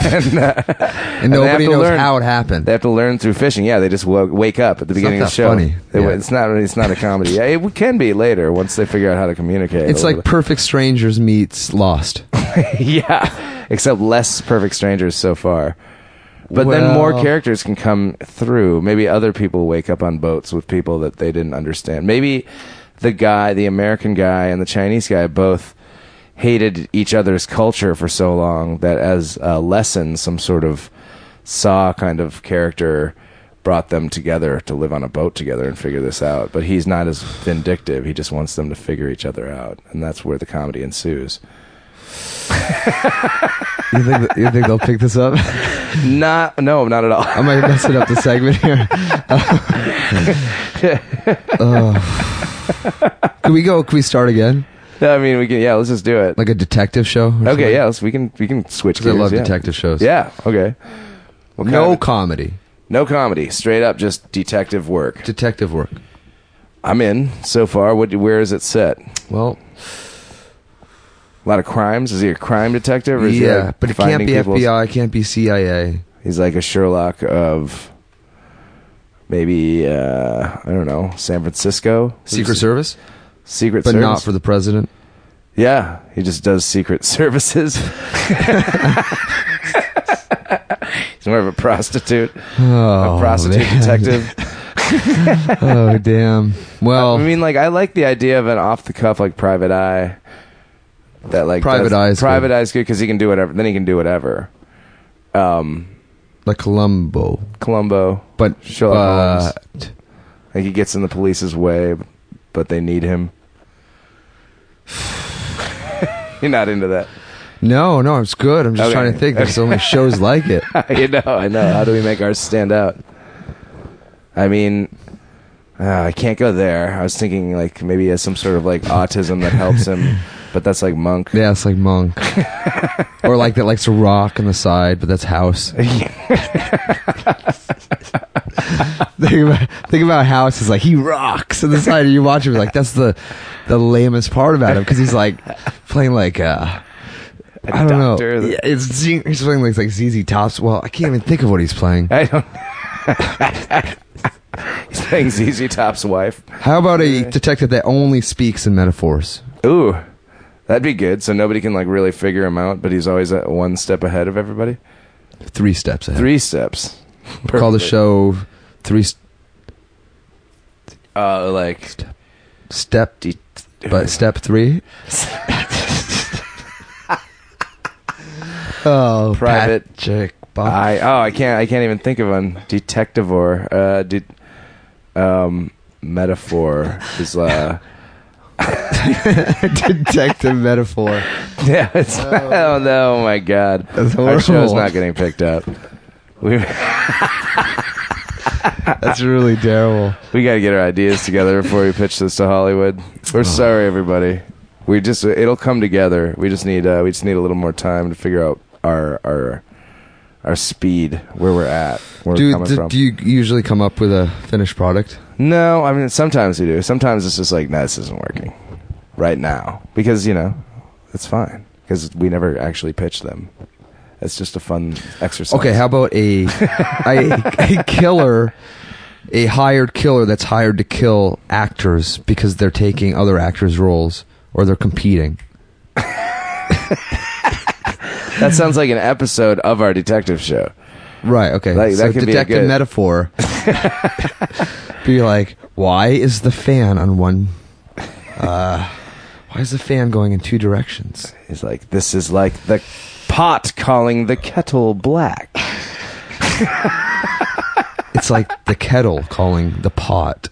And have nobody to knows learn. how it happened. they have to learn through fishing yeah they just wo- wake up at the beginning not of the that show funny. They wa- Yeah. it's not it's not a comedy yeah it can be later once they figure out how to communicate it's a like little bit. Perfect Strangers meets Lost. yeah, except less perfect strangers so far. But then Well- more characters can come through. Maybe other people wake up on boats with people that they didn't understand. Maybe the guy, the American guy, and the Chinese guy both hated each other's culture for so long that as a lesson, some sort of saw kind of character brought them together to live on a boat together and figure this out. But he's not as vindictive. He just wants them to figure each other out. And that's where the comedy ensues. You think, you think they'll pick this up? Not, no, not at all. I might mess it up the segment here. oh. Can we go? Can we start again? I mean, we can. Yeah, let's just do it. Like a detective show? or okay, something? yeah, let's, we can we can switch. 'Cause I gears, love yeah. detective shows. Yeah. Okay. What kind No of- comedy. no comedy. Straight up, just detective work. Detective work. I'm in so far. What? Where is it set? A Well, lot of crimes. Is he a crime detective? Or is he, yeah, like, but it can't finding be people's- FBI. It can't be CIA. He's like a Sherlock of maybe uh, I don't know San Francisco Secret Service, Secret but Service. not for the president. Yeah, he just does secret services. He's more of a prostitute, Oh, a prostitute man. detective. Oh, damn. Well, I mean, like, I like the idea of an off the cuff, like Private Eye. That like Private does- Eye is Private good. Eye is good because he can do whatever. Then he can do whatever. Um, like Columbo, Columbo, but Sherlock uh, like he gets in the police's way, but they need him. You're not into that. no, no, it's good. I'm just Okay. trying to think. There's so many shows like it. you know, I know. How do we make ours stand out? I mean, uh, I can't go there. I was thinking like maybe he has some sort of like autism that helps him, but that's like monk. Yeah, it's like Monk, or like that likes to rock on the side, but that's House. think about think about House is like he rocks on the side, and you watch him like that's the the lamest part about him because he's like playing like uh. I don't doctor know. that- Yeah, it's Z- he's playing like, like ZZ Tops. Well, I can't even think of what he's playing. I don't. He's playing ZZ Top's wife. How about a detective that only speaks in metaphors? Ooh, that'd be good. So nobody can like really figure him out, but he's always at one step ahead of everybody. Three steps ahead. Three steps. Call Perfectly. the show three st- Uh, like step, but step three. oh, Private Patrick Bob. I oh I can't I can't even think of one. Detectivore. Uh, de- um, metaphor is uh detective metaphor. yeah. It's, oh no, oh my god, That's our show's horrible. not getting picked up. We That's really terrible. we got to get our ideas together before we pitch this to Hollywood. Oh. We're sorry, everybody. We just it'll come together. We just need uh, we just need a little more time to figure out our our our speed where we're at. Where we're Do, coming do, from. do you usually come up with a finished product? No, I mean sometimes we do. Sometimes it's just like, no, this isn't working right now because you know it's fine because we never actually pitch them. It's just a fun exercise. Okay, how about a, a a killer, a hired killer that's hired to kill actors because they're taking other actors' roles or they're competing. that sounds like an episode of our detective show. Right. Okay. Like, so that could be a detective good- metaphor. be like, why is the fan on one? Uh, why is the fan going in two directions? It's like this is like the pot calling the kettle black. It's like the kettle calling the pot.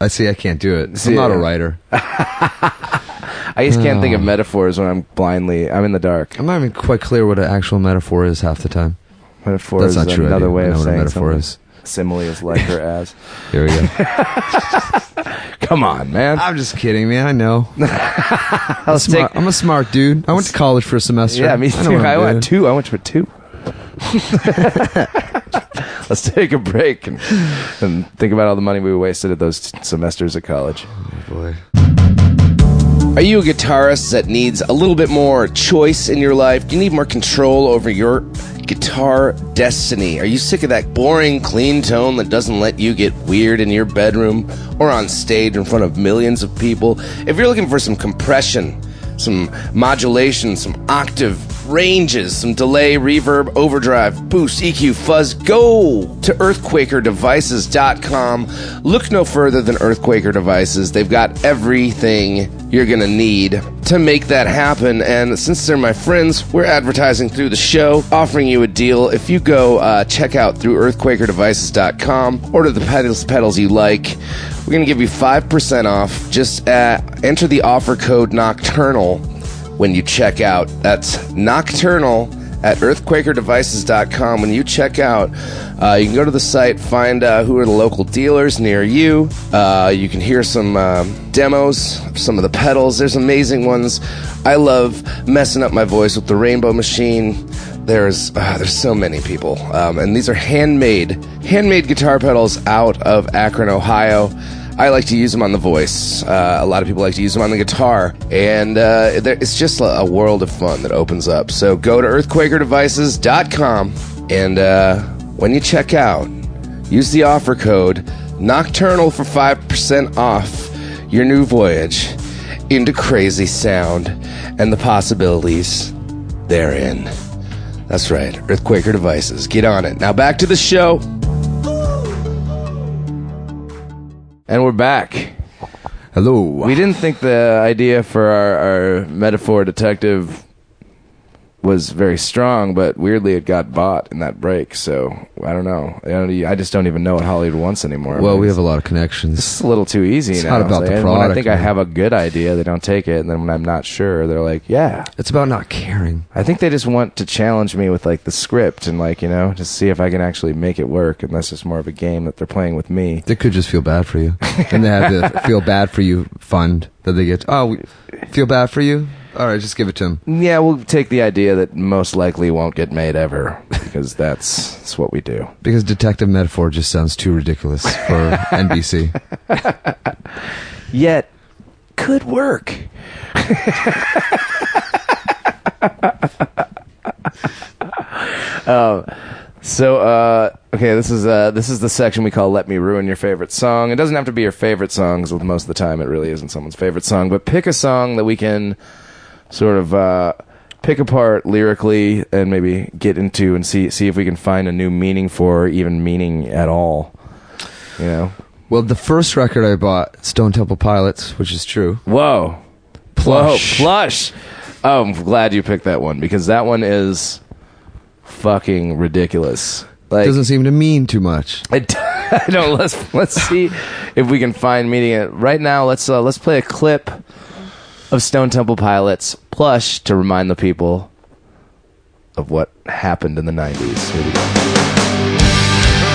I see. I can't do it. See, I'm not a yeah. writer. I just can't Hmm. think of metaphors when I'm blindly. I'm in the dark. I'm not even quite clear what an actual metaphor is half the time. Metaphor is That's not true. I another do. way I of know what a saying metaphor something. is. Simile is like or as. Here we go. Come on, man. I'm just kidding, man. I know. I'll Smart- I'm a smart dude. I went to college for a semester. Yeah, me know too. what I'm I went doing. two. I went for two. Let's take a break and, and think about all the money we wasted at those t- semesters at college. Boy. Are you a guitarist that needs a little bit more choice in your life? Do you need more control over your guitar destiny? Are you sick of that boring, clean tone that doesn't let you get weird in your bedroom or on stage in front of millions of people? If you're looking for some compression, some modulation, some octave ranges, some delay, reverb, overdrive, boost, EQ, fuzz. Go to earthquakerdevices.com. Look no further than Earthquaker Devices. They've got everything you're going to need to make that happen. And since they're my friends, we're advertising through the show, offering you a deal. If you go uh, check out through earthquakerdevices.com, order the pedals, pedals you like. We're going to give you 5% off. Just uh, enter the offer code Nocturnal when you check out. That's Nocturnal at earthquakerdevices.com. When you check out, uh, you can go to the site, find uh, who are the local dealers near you. Uh, you can hear some um, demos, of some of the pedals. There's amazing ones. I love messing up my voice with the Rainbow Machine. There's uh, there's so many people, um, and these are handmade handmade guitar pedals out of Akron, Ohio. I like to use them on the voice. Uh, a lot of people like to use them on the guitar, and uh, there, it's just a, a world of fun that opens up. So go to earthquakerdevices.com, and uh, when you check out, use the offer code Nocturnal for five percent off your new voyage into crazy sound and the possibilities therein. That's right, Earthquaker Devices. Get on it now. Back to the show. And we're back. Hello. We didn't think the idea for our, our metaphor detective was very strong, but weirdly it got bought in that break. So I don't know. I, don't, e- I just don't even know what Hollywood wants anymore. well, I mean, we have it's- a lot of connections. It's a little too easy. It's now. not about the Like, When I product, think I man. have a good idea, they don't take it, and then when I'm not sure, they're like, "Yeah." It's about not caring. I think they just want to challenge me with like the script and like you know to see if I can actually make it work. And that's just more of a game that they're playing with me. They could just feel bad for you, and they have the feel bad for you fund that they get. Oh, we feel bad for you. All right, just give it to them. Yeah, we'll take the idea that most likely won't get made ever because that's that's what we do. Because detective metaphor just sounds too ridiculous for NBC. Yet, could work. Um, so uh, okay, this is uh, this is the section we call "Let Me Ruin Your Favorite Song." It doesn't have to be your favorite song, 'cause most of the time it really isn't someone's favorite song. But pick a song that we can sort of uh, pick apart lyrically and maybe get into and see see if we can find a new meaning for, or even meaning at all. You know? Well, the first record I bought, Stone Temple Pilots, which is true. Whoa. Plush. Whoa, plush. Oh, I'm glad you picked that one because that one is fucking ridiculous. Like Doesn't seem to mean too much. I d- I don't. Let's let's see if we can find meaning. in it. Right now, let's uh, let's play a clip of Stone Temple Pilots plush to remind the people of what happened in the '90s. Here we go.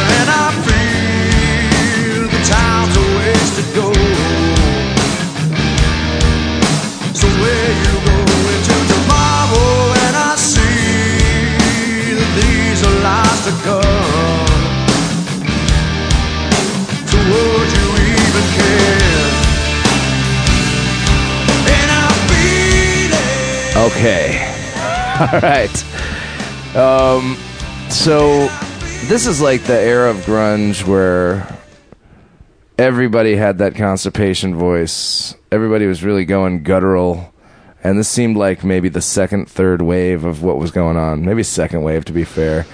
And I feel the time's a waste to go. So where you go into tomorrow, and I see that these are lies to come. So would you even care? And I feel it. Okay. All right. Um, so this is like the era of grunge where everybody had that constipation voice. Everybody was really going guttural. And this seemed like maybe the second, third wave of what was going on. Maybe second wave, to be fair.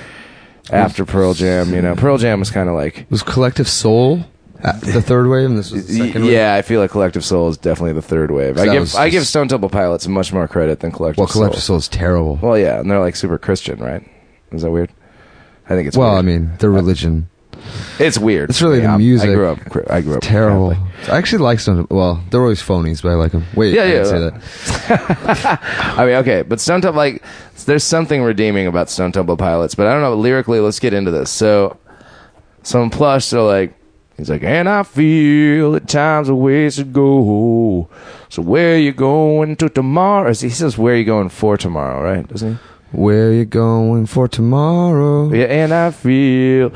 After Pearl Jam, you know, Pearl Jam was kind of like Was Collective Soul at the third wave, and this was the second wave? yeah, I feel like Collective Soul is definitely the third wave. I That give was I just- give Stone Temple Pilots much more credit than Collective Well, Soul. Collective Soul is terrible. Well, yeah, and they're like super Christian, right? Is that weird? I think it's Well, Weird. Uh, I mean, their religion. it's weird. it's really the I'm- music. I grew up. I grew up Terrible. Catholic. I actually like Stone Temple. Well, they're always phonies, but I like them. Wait, Yeah, I yeah. didn't say that. I mean, okay, but Stone Temple like there's something redeeming about Stone Temple Pilots, but I don't know lyrically. Let's get into this. So, some plush. So like he's like, and I feel that time's a ways to go. So where you going to tomorrow? He says, where you going for tomorrow? Right? Doesn't he? Where you going for tomorrow? Yeah, and I feel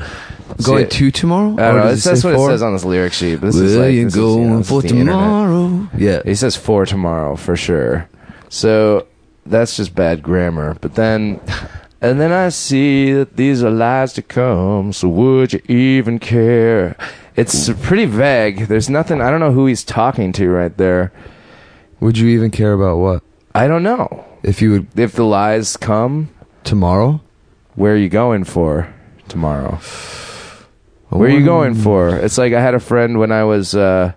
Going See, to tomorrow? I don't Or know. does That's, it that's say what for? it says on this lyric sheet. But this Where is like, you this is, you know, going this is for the internet. tomorrow? Yeah. He says for tomorrow for sure. So that's just bad grammar. But then, and then I see that these are lies to come. So would you even care? It's pretty vague. There's nothing. I don't know who he's talking to right there. Would you even care about what? I don't know If you would if the lies come. tomorrow, Where are you going for tomorrow? Where are you going for? It's like I had a friend when I was uh,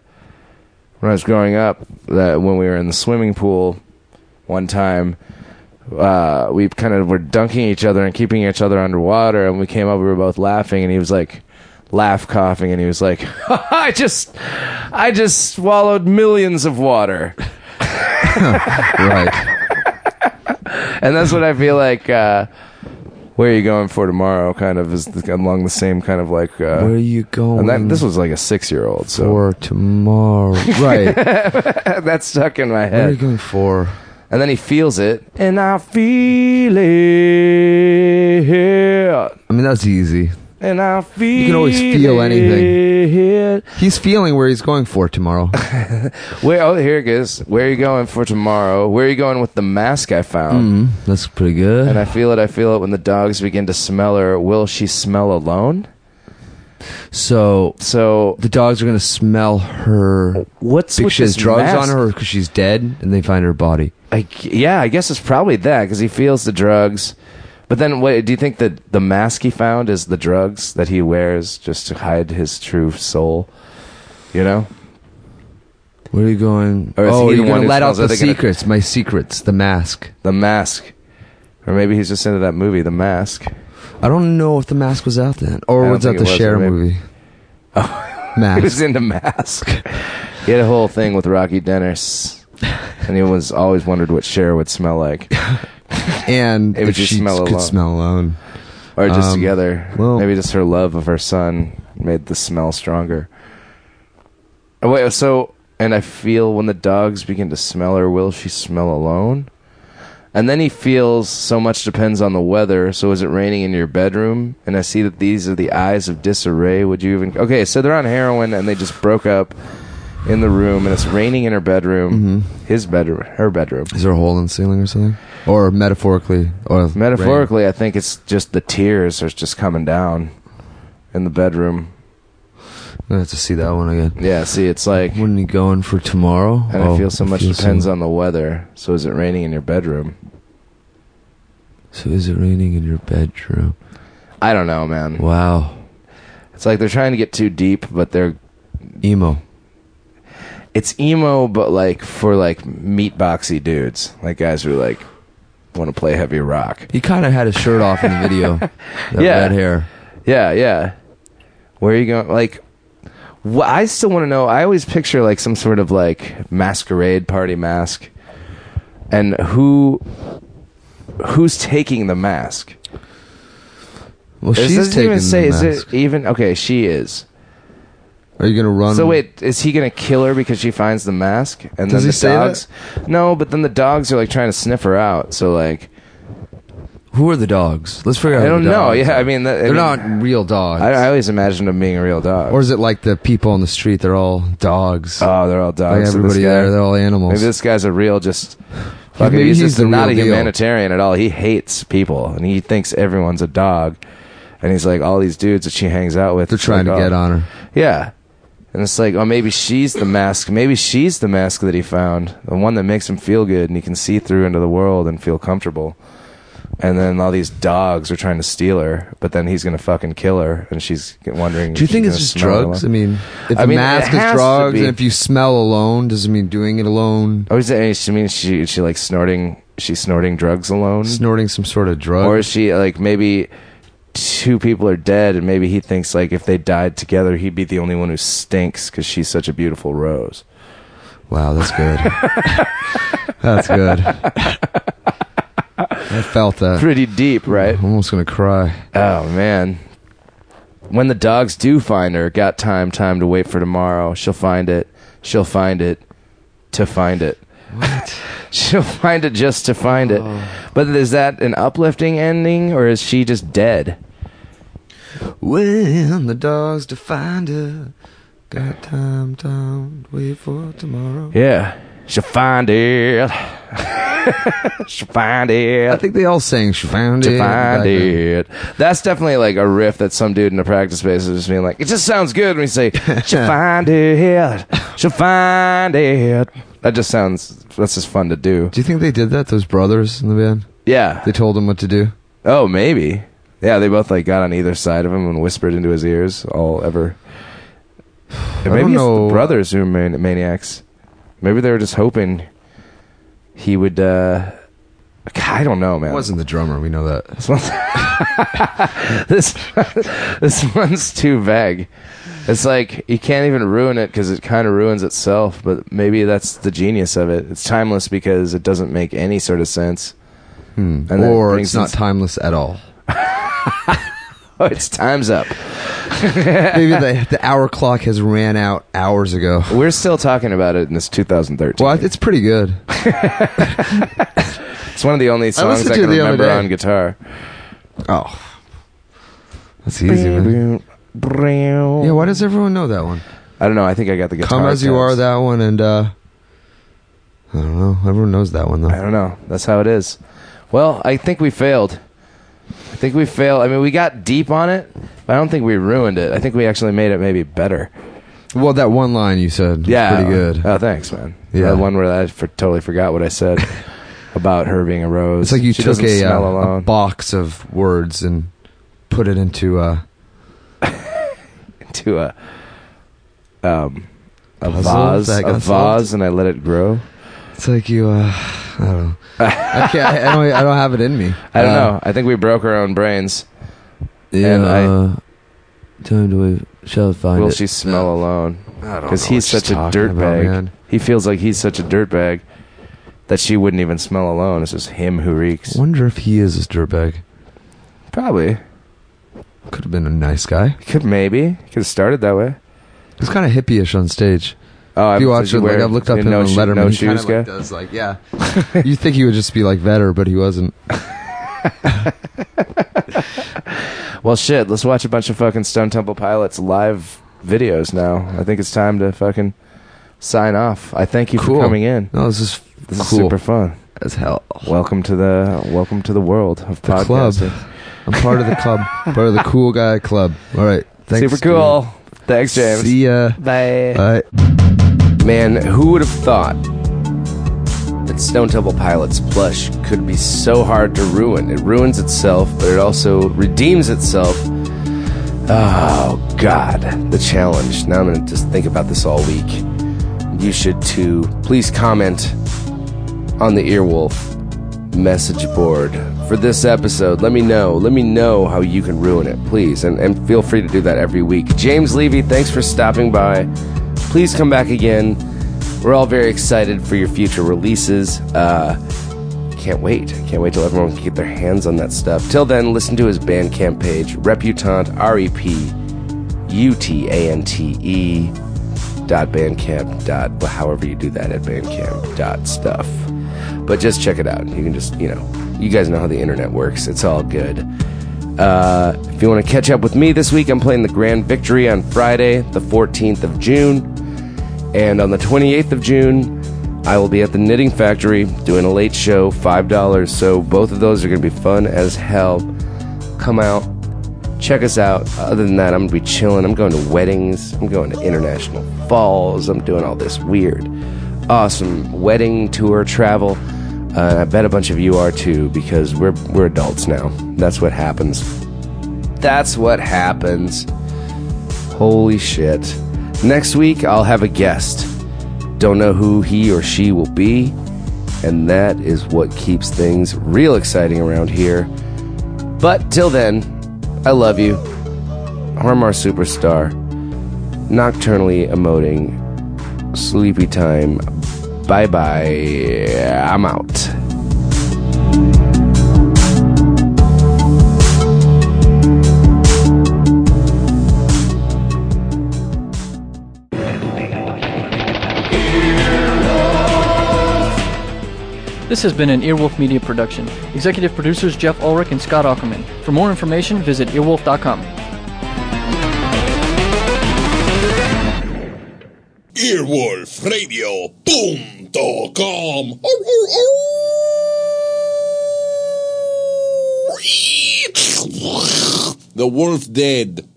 when I was growing up that when we were in the swimming pool one time, uh, we kind of were dunking each other and keeping each other underwater, and we came up, we were both laughing, and he was like laugh coughing, and he was like, "I just, I just swallowed millions of water," right? and that's what I feel like. Uh, where are you going for tomorrow? Kind of is along the same kind of like. Uh, Where are you and going? that, this was like a six-year-old, so for tomorrow, right? Where That's stuck in my are you head. going for? And then he feels it. And I feel it. I mean, that's easy. And I feel You can always feel anything. He's feeling where he's going for tomorrow. Where, oh, here it goes. Where are you going for tomorrow? Where are you going with the mask I found? Mm, that's pretty And good. I feel it. I feel it when the dogs begin to smell her. Will she smell alone? So So, the dogs are gonna smell her what's because with she has this drugs mask? on her because she's dead, and they find her body. I g yeah, I guess it's probably that because he feels the drugs. But then, wait, do you think that the mask he found is the drugs that he wears just to hide his true soul? You know, Where are you going? Or is oh, he the you're one gonna who let out smells it? the They're gonna- secrets, my secrets, the mask. the mask, or maybe he's just into that movie, The Mask. I don't know if the mask was out then, I or don't was that think it the was, Cher maybe. Oh. movie? He was mask. into Mask. he had a whole thing with Rocky Dennis, and he was always wondered what Cher would smell like, and It would if just she smell could alone. smell alone. or just Um, together. well- maybe just her love of her son made the smell stronger. Oh, wait, so and I feel when the dogs begin to smell her, will she smell alone? And then he feels so much depends on the weather. So is it raining in your bedroom? And I see that these are the eyes of disarray. Would you even? Okay, so they're on heroin and they just broke up in the room, and it's raining in her Mm-hmm. bedroom, his bedroom, her bedroom. Is there a hole in the ceiling or something? Or metaphorically, or Metaphorically, I think it's just the tears are just coming down in the bedroom. rain. I have to see that one again. Yeah, see, it's like, When are you going for tomorrow? Oh, and Oh, I feel so much depends on the weather. So is it raining in your bedroom? So is it raining in your bedroom? I don't know, man. Wow, It's like they're trying to get too deep, but they're emo. it's emo, but like for like meat boxy dudes, like guys who like want to play heavy rock. He kind of had his shirt off in the video. that Yeah. red hair. Yeah, yeah. Where are you going? Like, wh- I still want to know. I always picture like some sort of like masquerade party mask, and who who's taking the mask? Well, It she's doesn't taking even say. the mask. Is it even okay? She is. Are you gonna run? So wait, is he gonna kill her because she finds the mask? And Does then he the say that? dogs? No, but then the dogs are like trying to sniff her out. So like, Who are the dogs? Let's figure I out. who don't Oh, the know. dogs Yeah, are. I mean, that, I they're mean, not real dogs. I, I always imagined him being a real dog. or is it like the people on the street? They're all dogs. oh, they're all dogs. like So this everybody guy- there, they're all animals. Maybe this guy's a real just. Fucking, maybe he's, he's just the not a real deal. humanitarian at all. He hates people and he thinks everyone's a dog. And he's like, all these dudes that she hangs out with. they're it's trying like, to get oh, on her. Yeah. And it's like, oh, maybe she's the mask. Maybe she's the mask that he found, the one that makes him feel good and he can see through into the world and feel comfortable. And then all these dogs are trying to steal her, but then he's gonna fucking kill her, and she's wondering. Do you if think she's it's just gonna smell drugs? I alone. mean, if I the mean, mask it has is to drugs, be. and if you smell alone, does it mean doing it alone? Oh, is it? She means she she like snorting. She's snorting drugs alone. Snorting some sort of drug? or is she like maybe two people are dead and maybe he thinks like if they died together he'd be the only one who stinks because she's such a beautiful rose wow, that's good. that's good. I felt that. pretty deep right I'm almost gonna cry. oh man when the dogs do find her got time time to wait for tomorrow she'll find it she'll find it to find it what Oh. she'll find it just to find it but is that an uplifting ending or is she just dead When the dogs to find her, got time, time, to wait for tomorrow. yeah she'll find it she'll find it I think they all sang "She Found It." to in the find background. it. That's definitely like a riff that some dude in a practice space is just being like, it just sounds good when you say, she'll find it, she'll find it, That just sounds. That's just fun to do. Do you think they did that? Those brothers in the band? Yeah. They told him what to do. Oh, maybe. Yeah, they both like got on either side of him and whispered into his ears all ever. And maybe don't it's know. the brothers who are man- maniacs. Maybe they were just hoping he would. uh I don't know, man. It wasn't the drummer. We know that. This one's, this, this one's too vague. It's like you can't even ruin it because it kind of ruins itself. But maybe that's the genius of it. It's timeless because it doesn't make any sort of sense. And that Hmm. or brings it's not us- timeless at all. Oh, it's time's up. Maybe the, the hour clock has ran out hours ago. We're still talking about it in this 2013. Well, it's pretty good. It's one of the only songs listened I, to can it the other remember day. on guitar. Oh, that's easy. Man. Yeah, why does everyone know that one? I don't know. I think I got the guitar. Come as you are, tabs. that one, and uh, I don't know. Everyone knows that one though. I don't know. That's how it is. Well, I think we failed. I think we failed. I mean, we got deep on it, but I don't think we ruined it. I think we actually made it maybe better. Well, that one line you said, was Yeah, pretty good. Oh, thanks, man. Yeah. Yeah, the one where I for, totally forgot what I said about her being a rose. it's like you she took doesn't a, smell uh, a alone. box of words and put it into uh, to a um a Puzzle vase, that a got vase, solved? and I let it grow. It's like you, uh, I don't know. I, can't, I, I don't. I don't have it in me. I don't Uh, know. I think we broke our own brains. Yeah. And I- uh, time to wait. Shall find Will it. she smell alone? Because he's know what you're such a talking about, dirtbag. man. He feels like he's such a dirtbag that she wouldn't even smell alone. It's just him who reeks. Wonder if he is a dirtbag. Probably. Could have been a nice guy. Could maybe. Could have started that way. He's kind of hippie-ish on stage. Oh, If you watch it, like I've looked up him no on sho- Letterman. No he shoes kinda, like, guy. does like yeah. you think he would just be like Vetter, but he wasn't. Well, shit. Let's watch a bunch of fucking Stone Temple Pilots live videos now. I think it's time to fucking sign off. I thank you Cool. for coming in. No, this is This is cool super fun. as hell. Welcome to the welcome to the world of The club. podcasting. I'm part of the club. part of the cool guy club. All right. Thanks. Super cool. Thanks, James. See ya. Bye. Bye. Man, who would have thought that Stone Temple Pilots plush could be so hard to ruin? It ruins itself, but it also redeems itself. Oh, God, the challenge. Now I'm going to just think about this all week. You should too. Please comment on the Earwolf message board for this episode. Let me know. Let me know how you can ruin it, please. And, and feel free to do that every week. James Levy, thanks for stopping by. Please come back again. We're all very excited for your future releases. Uh, can't wait. Can't wait till everyone can get their hands on that stuff. Till then, listen to his Bandcamp page, Reputant, R E P U T A N T E dot bandcamp dot well, however you do that at bandcamp dot stuff but just check it out you can just you know you guys know how the internet works it's all good uh, if you want to catch up with me this week i'm playing the grand victory on friday the 14th of june and on the 28th of june i will be at the knitting factory doing a late show $5 so both of those are going to be fun as hell come out check us out. Other than that, I'm gonna be chilling. I'm going to weddings. I'm going to international falls. I'm doing all this weird, awesome wedding tour travel. Uh, and I bet a bunch of you are too because we're we're adults now. That's what happens. That's what happens. Holy shit. Next week I'll have a guest. Don't know who he or she will be, and that is what keeps things real exciting around here. But till then, I love you. Harmar Superstar. Nocturnally emoting. Sleepy time. Bye bye. I'm out. This has been an Earwolf Media production. Executive producers Jeff Ulrich and Scott Ackerman. For more information, visit earwolf.com. Earwolfradio.com. The wolf dead.